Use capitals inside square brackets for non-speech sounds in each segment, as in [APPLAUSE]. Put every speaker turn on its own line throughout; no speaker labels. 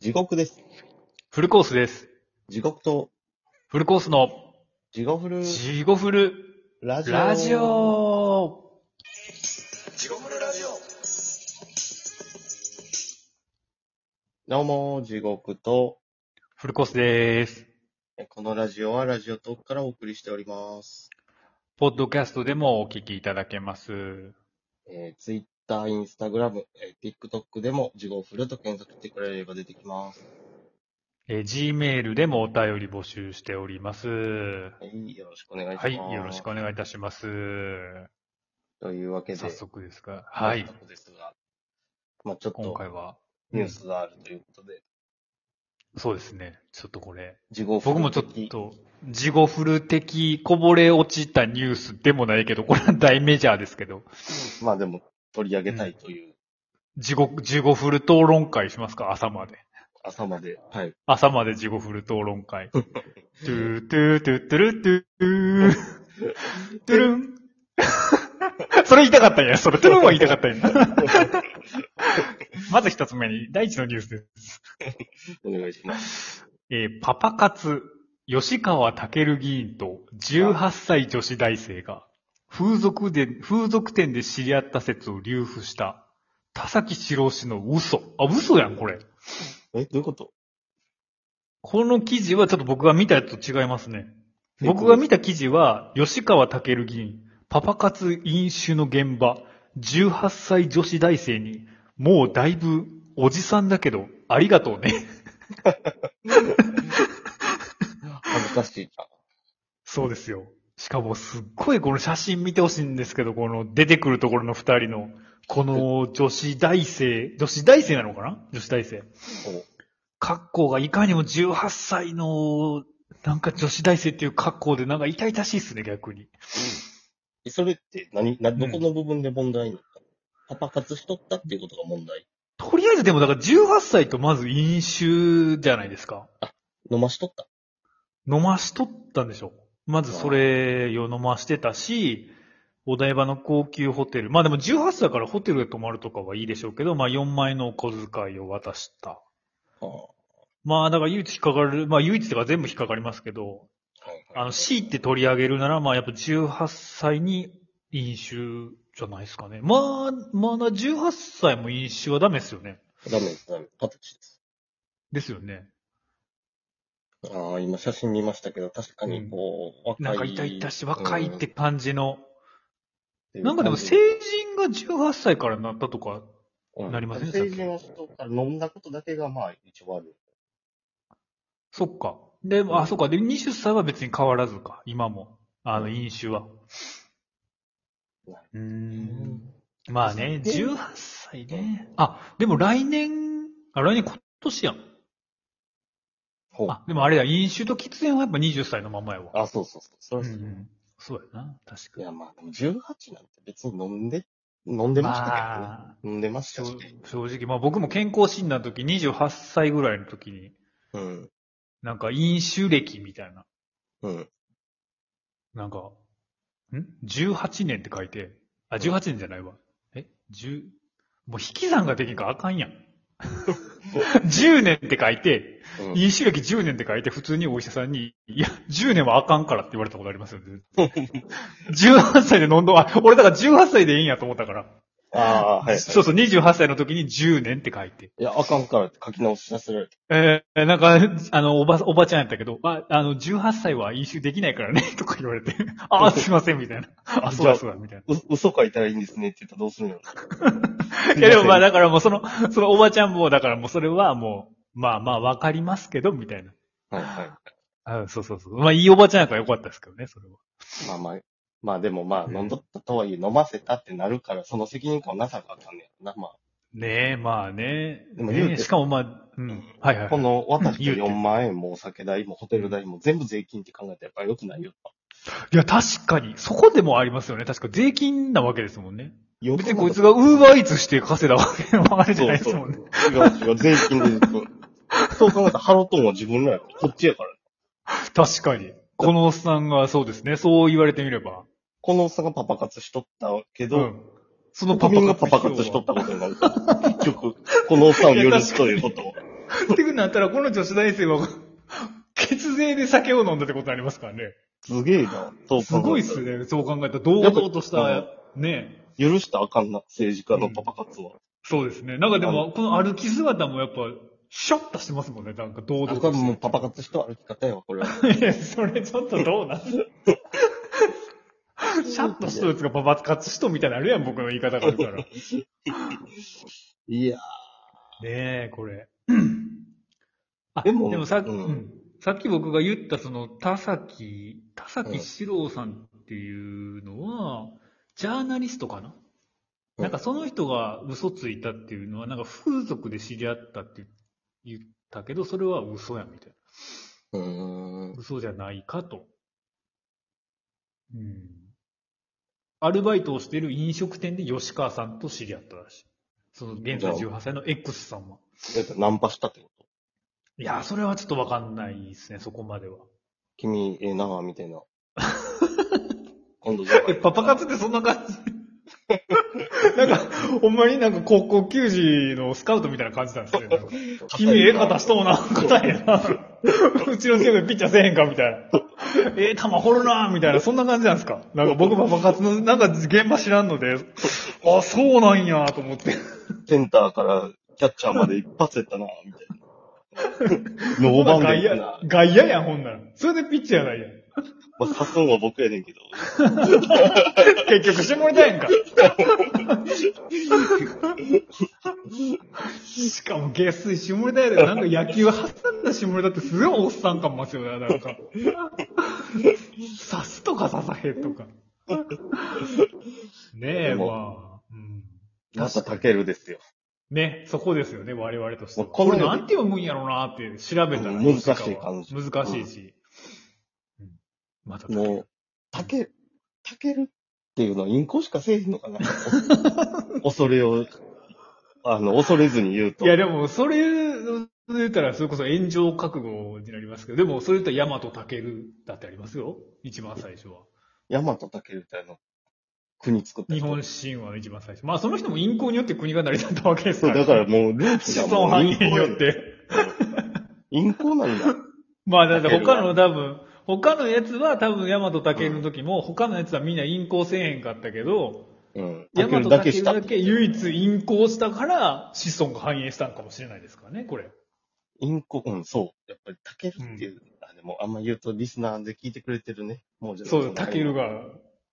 地獄です。
フルコースです。
地獄と、
フルコースの、
地獄フル
ジゴフル、
ラジオ。
ラジオ
どうも、地獄と、
フルコースです。
えこのラジオはラジオトークからお送りしております。
ポッドキャストでもお聞きいただけます。
えー、Twitter、Instagram、えー TikTok でも地獄フルと検索してくれれば出てきます。
えー Gmail でもお便り募集しております。は
はい、よろしくお願いします。
い、よろしくお願いいたします。
というわけで、
早速ですが、はい
早、速ですが、まあちょっ
今
と
回は、
ニュースがあるということで、
そうですね、ちょっとこれ、
地獄フ
僕
ル
もちょっ
的
と、ジゴフル的こぼれ落ちたニュースでもないけど、これは大メジャーですけど、
まあでも取り上げたいという
ジゴ、ジゴフル討論会しますか朝まで。
朝まで、はい。
朝まで地獄フル討論 [LAUGHS] 会。トゥートゥートゥートゥルトゥートゥー。トゥルン。 [LAUGHS] それ言いたかったんや。それトゥルンは言いたかったん [LAUGHS] や。まず一つ目に、第一のニュースです。
お願いし
[LAUGHS]
ます。
えーパパ活、吉川健議員と18歳女子大生が、風俗で、風俗店で知り合った説を流布した、田崎史郎氏の嘘。あ、嘘やん、これ。
え、どういうこと
この記事はちょっと僕が見たやつと違いますね。僕が見た記事は、吉川健議員、パパ活飲酒の現場、18歳女子大生に、もうだいぶおじさんだけど、ありがとうね。 [LAUGHS]
恥ずかしいな。
そうですよ。しかもすっごいこの写真見てほしいんですけど、この出てくるところの二人の、この女子大生、女子大生なのかな女子大生。
お
格好がいかにも18歳の、なんか女子大生っていう格好で、なんか痛々しいっすね、逆に。
えそれって何、な、どこの部分で問題なのか、パパ活しとったっていうことが問題。
とりあえずでもだから18歳とまず飲酒じゃないですか。
飲ましとった。
飲ましとったんでしょ。まずそれを飲ましてたし、お台場の高級ホテル。まあでも18歳からホテルで泊まるとかはいいでしょうけど、まあ4万円のお小遣いを渡した。
ああ
まあだから唯一引っかかる、まあ唯一とか全部引っかかりますけど、
はいはい
あの C って取り上げるなら、まあやっぱ18歳に飲酒じゃないですかね。まあ、まだ18歳も飲酒はダメですよね。
ダメです、ダメです。二十歳です。
ですよね。
ああ、今写真見ましたけど、確かにこう、
なんか
若い。
痛々しい、若いって感じの。
う
なんかでも成
っていう
人が18歳からなったとか、
感じ
なりません
成人の人から飲んだことだけが、まあ、一応ある。
そっか。で、
うん
あ、そっか。で、20歳は別に変わらずか、今も。あ
う
の、
ん
飲酒は。うーん。まあね、
そう
18歳ね。あ、でも来年、あ、来年今年やん。
ほう。あ
あ、でもあれだ、飲酒と喫煙はやっぱ20歳のままやわ。
そうそうそう。それ
う
は
んう
そう、
ん。そうやな、確か
い
に。
や、まあ、でも18なんて別に飲んで、飲んでましたけどね。
まあ
飲んでましたし、
正正直、まあ僕も健康診断の時、28歳ぐらいの時に、
うん。
なんか飲酒歴みたいな。
うん。
なんか、ん ?18 年って書いて、あ、18年じゃないわ。え ?10、もう引き算ができんからあかんやん。10年って書いて、
うん
飲酒歴10年って書いて、普通にお医者さんに、いや、10年はあかんからって言われたことありますよね。18歳で飲んど、あ、俺だから18歳でいいんやと思ったから。
ああ、はい、はい。
そうそう、28歳の時に10年って書いて。
いや、あかんからって書き直しさせられた。
えー、なんか、あの、おば、おばちゃんやったけど、あ、あの、18歳は飲酒できないからね、 [LAUGHS] とか言われて、あ、すいません、みたいな。あ、そうだ、そうだ、みたいな。
う嘘書いたらいいんですねって言ったらどうするの
[LAUGHS] いやでもまあ
だ。
だからもうその、そのおばちゃんもだからもうそれはもう、まあまあわかりますけど、みたいな。
はいは
あそうそうそう。まあいいおばちゃんやからよかったですけどね、それは。
い。まあまあ、まあでもまあ、
うん
飲んどったとはいえ飲ませたってなるから、その責任感はなさがあかんねやな。ま
ねえ、まあね。
でも言うて
ねえしかもまあ、うん。はいは
あ、
い
こ
はい。
の私た
言うて
4万円もお酒代もホテル代も全部税金って考えたらやっぱり良くないよ。
いや確かに、そこでもありますよね。確か税金なわけですもんね。
よ
別にこいつがウーバーイーツして稼いだわけのあれじゃ
そ
な
う
いです
そう
もんね。。
違う違う、税金でずっと。そう考えたらハロトーンは自分らやからこっちやから。
確かに。このおっさんがそうですね。そう言われてみれば。
このおっさんがパパ活しとったけど、
ん。その
国民がパパ活
費用
[LAUGHS]
は
しとったことになるから、結局、このおっさんを許すということを。
[LAUGHS] ってなったら、この女子大生は、 [LAUGHS] 血税で酒を飲んだってことになりますからね。
すげえな。そう考えたら
すごいっす。ね。そう考えたら、堂々とし
や
た、ね。
許したらあかんな、政治家のパパ活は。
そうですね。なんかで
う
も、この歩き姿もやっぱ、ショッとしてますもんね。なんか堂々
僕は
と
もう
し
パパ活した歩き方よ、これは。
て。いや、 [LAUGHS] それちょっとどう [LAUGHS] なんシャッとしとるやつがパパ活しとみたいになるやん、僕の言い方があるから。ね
いや
え、これ。あ、
で
で
も
もさっき、
うん
うんさっき僕が言ったその、田崎、田崎史郎さんっていうのは、ジャーナリストかな
うん
なんかその人が嘘ついたっていうのは、なんか風俗で知り合ったって言ったけど、それは嘘やみたい
ー。うーん
な。。嘘じゃないかと。うん。アルバイトをしている飲食店で吉川さんと知り合ったらしい。その現在
じゃ
18歳の X さんは。
だってナンパしたってこと
いや、それはちょっとわかんないですね、そこまでは。
君、ええなぁ、みたい [LAUGHS] な。今度じゃあ
え、パパ活ってそんな感じ [LAUGHS] なんか、ほんまになんか高校球児のスカウトみたいな感じなんです [LAUGHS] ね。なんか君、ええ方しとうな、答えな。 [LAUGHS] うちのチームでピッチャーせえへんかみたいな。 [LAUGHS] ええ球掘るな、みたいな、そんな感じなんですかなんか僕パパ活の、なんか現場知らんので、あ、そうなんや、と思って。
センターからキャッチャーまで一発やったなぁ、みたい [LAUGHS] な。ノーバ
外
ンで行く
野
な、
[LAUGHS] 外野やん、ほんなら。それでピッチャーないやん。
まあ、さすんは僕やねんけど。
結局してもらいたいんか。しかも下水下ネタやで、なんか野球挟んだ下ネタってすごいおっさん感ますよね、なんか。刺すとか刺さへんとか。ねえ、
でも
まあ。うん
またタケルですよ。
ね、そこですよね、我々としては。
もうこれ
これなんて読むんやろうなって調べたら。
うん難しい感じ
難しいし。うんまた、
もう、タケ、タケルっていうのはインコしかせえへんのか
[LAUGHS]
な恐れを、あの、恐れずに言うと。
いや、でも、それ言ったら、それこそ炎上覚悟になりますけど、でも、それ言ったら、ヤマトタケルだってありますよ。一番最初は。
ヤマトタケルってあの、国作った
日
人。
本神話の一番最初。まあ、その人も陰行によって国が成り立ったわけです
そ
か
う、
ら。
だからもう、ルーツが
子孫
もう
繁
インコ
栄に
や
よ
ねん
って。
インコなんだ。
まあ、だって他の多分、他のやつは多分、ヤマトタケルの時も、他のやつはみんな陰行せえへんかったけど、
うん。
ヤ
タケ
マ
ル
ト
だ
タ
け
ケ
し
ル
た
だ。け唯一陰行したから、子孫が繁栄したのかもしれないですからね、これ。
インコ、うん、そう。やっぱりタケルっていう、あ、でもあんま言うとリスナーで聞いてくれてるね。もうじゃ
そう、タケル。が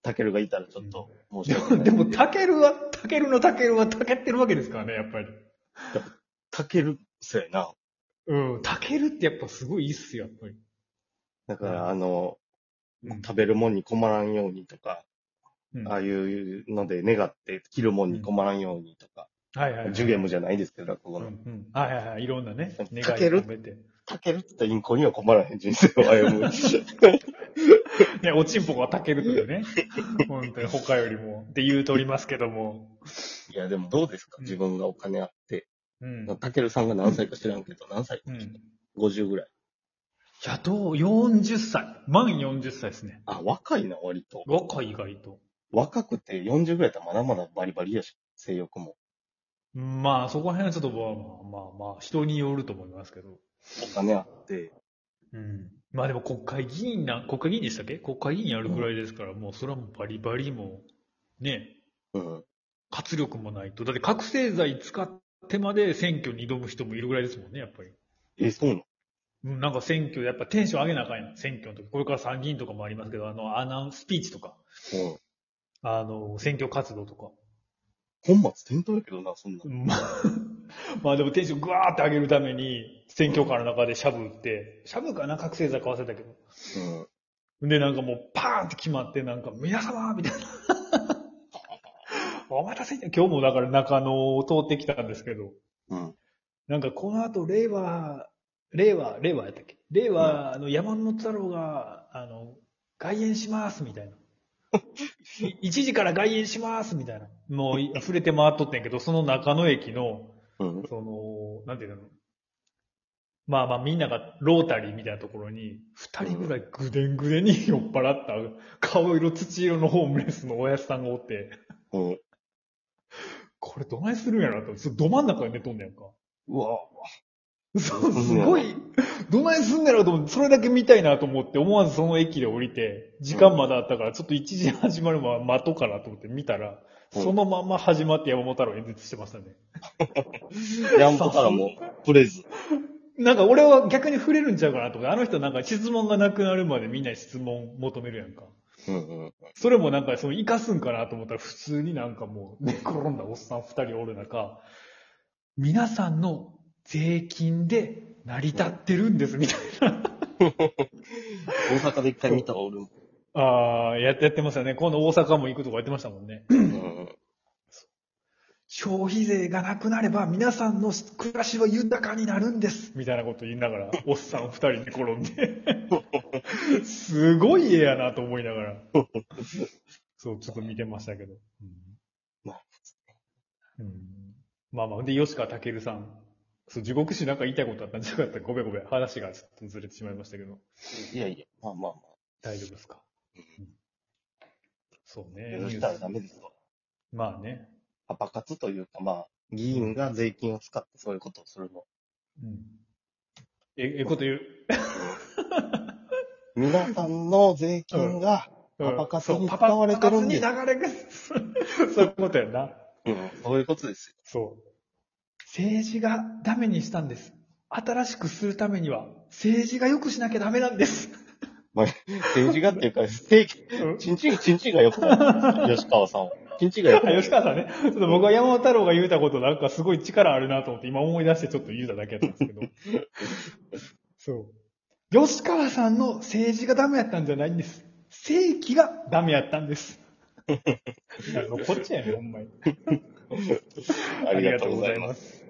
タケルがいたらちょっと申し
で
訳な
も、
い。
でも、タケルは、タケルのタケルはタケってるわけですからね、やっぱり。
タケル、そうやな。
うん、タケルってやっぱすごいいいっすよ、やっぱり。
だから、あの、
うん
食べるもんに困らんようにとか、
うん
ああいうので願って、着るもんに困らんようにとか、
はいはいはい。
ジュゲムじゃないですけど、落語
うんう
の。
ん。はいはいはい。いろんなね、願い
タケル
を込めて。
タケルって言ったらインコには困らへん人生を歩
[LAUGHS]
む。
ね、おちんぽがタケルという [LAUGHS] ね。本当に他よりも。って言うとおりますけども。
いや、でもどうですか
うん
自分がお金あって。
うん。
タケルさんが何歳か知らんけど、何歳
うん。い
?50 ぐらい。
や、どう ?40 歳。満40歳ですね。
あ、若いな、割と。
若い意外と。
若くて40ぐらいだったらまだまだバリバリやし、性欲も。
まあ、そこら辺はちょっと、まあまあまあ、人によると思いますけど。
お金あって、
うんまあでも国会議員な、国会議員でしたっけ国会議員やるぐらいですから、もうそれはもうバリバリもう、ね、
うん。
活力もないと。だって覚醒剤使ってまで選挙に挑む人もいるぐらいですもんね、やっぱり。
え、そうなの
うん、なんか選挙、やっぱテンション上げなあかんやん。選挙の時。これから参議院とかもありますけど、あの、アナウンスピーチとか、
うん。
あの、選挙活動とか。
本末転倒やけどな、そんな
う。んまあ、 [LAUGHS] まあでもテンショングワーって上げるために、選挙カーの中でシャブ打って、シャブかな覚醒剤買わせたけど。
うん。
で、なんかもう、パーンって決まって、なんか、皆様みたいな。お待たせいた今日もだから中野を通ってきたんですけど、
うん。
なんかこの後、令和、令和、令和やったっけ令和、あの、山本太郎が、あの、外苑します、みたいな。1時から外苑します、みたいな。もう、溢れて回っとってんけど、その中野駅の、
うん。
その、なんていうのまあまあみんながロータリーみたいなところに、二人ぐらいぐでんぐでんに酔っ払った顔色土色のホームレスのおやつさんがおって、
うん。
これどないするんやろなと、それど真ん中で寝とんねやんか。
うわ
そう、すごい、どないすんねやろうと思って、それだけ見たいなと思って、思わずその駅で降りて、時間まだあったから、ちょっと1時始まるまま待とうかなと思って見たら、
うん
そのまま始まって山本太郎演説してましたね。 [LAUGHS]
ヤンポからも、プレズ。
なんか俺は逆に触れるんちゃうかなとか、あの人なんか質問がなくなるまでみんなに質問求めるやんか。
うんうん。
それもなんかその生かすんかなと思ったら普通になんかもう寝転んだおっさん二人おる中、皆さんの税金で成り立ってるんですみたい
大阪で一回見たらおるもん。
な。ああ、やってやってましたね。今度大阪も行くとか言ってましたもんね。
うん
消費税がなくなれば皆さんの暮らしは豊かになるんですみたいなこと言いなが [LAUGHS] ら、おっさん二人に転んで。 [LAUGHS] すごい家やなと思いながら。そう、ちょっと見てましたけど。うん
なる
うん、まあまあ、で、吉川健さん。そう、地獄史なんか言いたいことあったんじゃなかったごめんごめん。話がちょっとずれてしまいましたけど。
いやいや、まあまあま
大丈夫ですか、うんそう
あ。
ね。
許したらダメですわ。
まあね。
パパ活というか、まあ、議員が税金を使ってそういうことをするの。
うん。え、え、こと言う。
皆さんの税金が、
うん
パパ活に
そう
使われてるんで
パパ活に流れ [LAUGHS] が、そういうことやな。
うん、そういうことです
そう。政治がダメにしたんです。新しくするためには、政治が良くしなきゃダメなんです。
よ。政治家っていうか、政治
うん
ちんちん、ちんちんがよくない。吉川さんは。ちんちんがよく
あ
ない。
[LAUGHS] 吉川さんね、ちょっと僕は山本太郎が言うたことなんかすごい力あるなと思って今思い出してちょっと言うただけやったんですけど。
[LAUGHS]
そう。吉川さんの政治がダメやったんじゃないんです。正規がダメやった
[LAUGHS]
んです。いやこっちやね、ほんまに。
ありがとうございます。
す。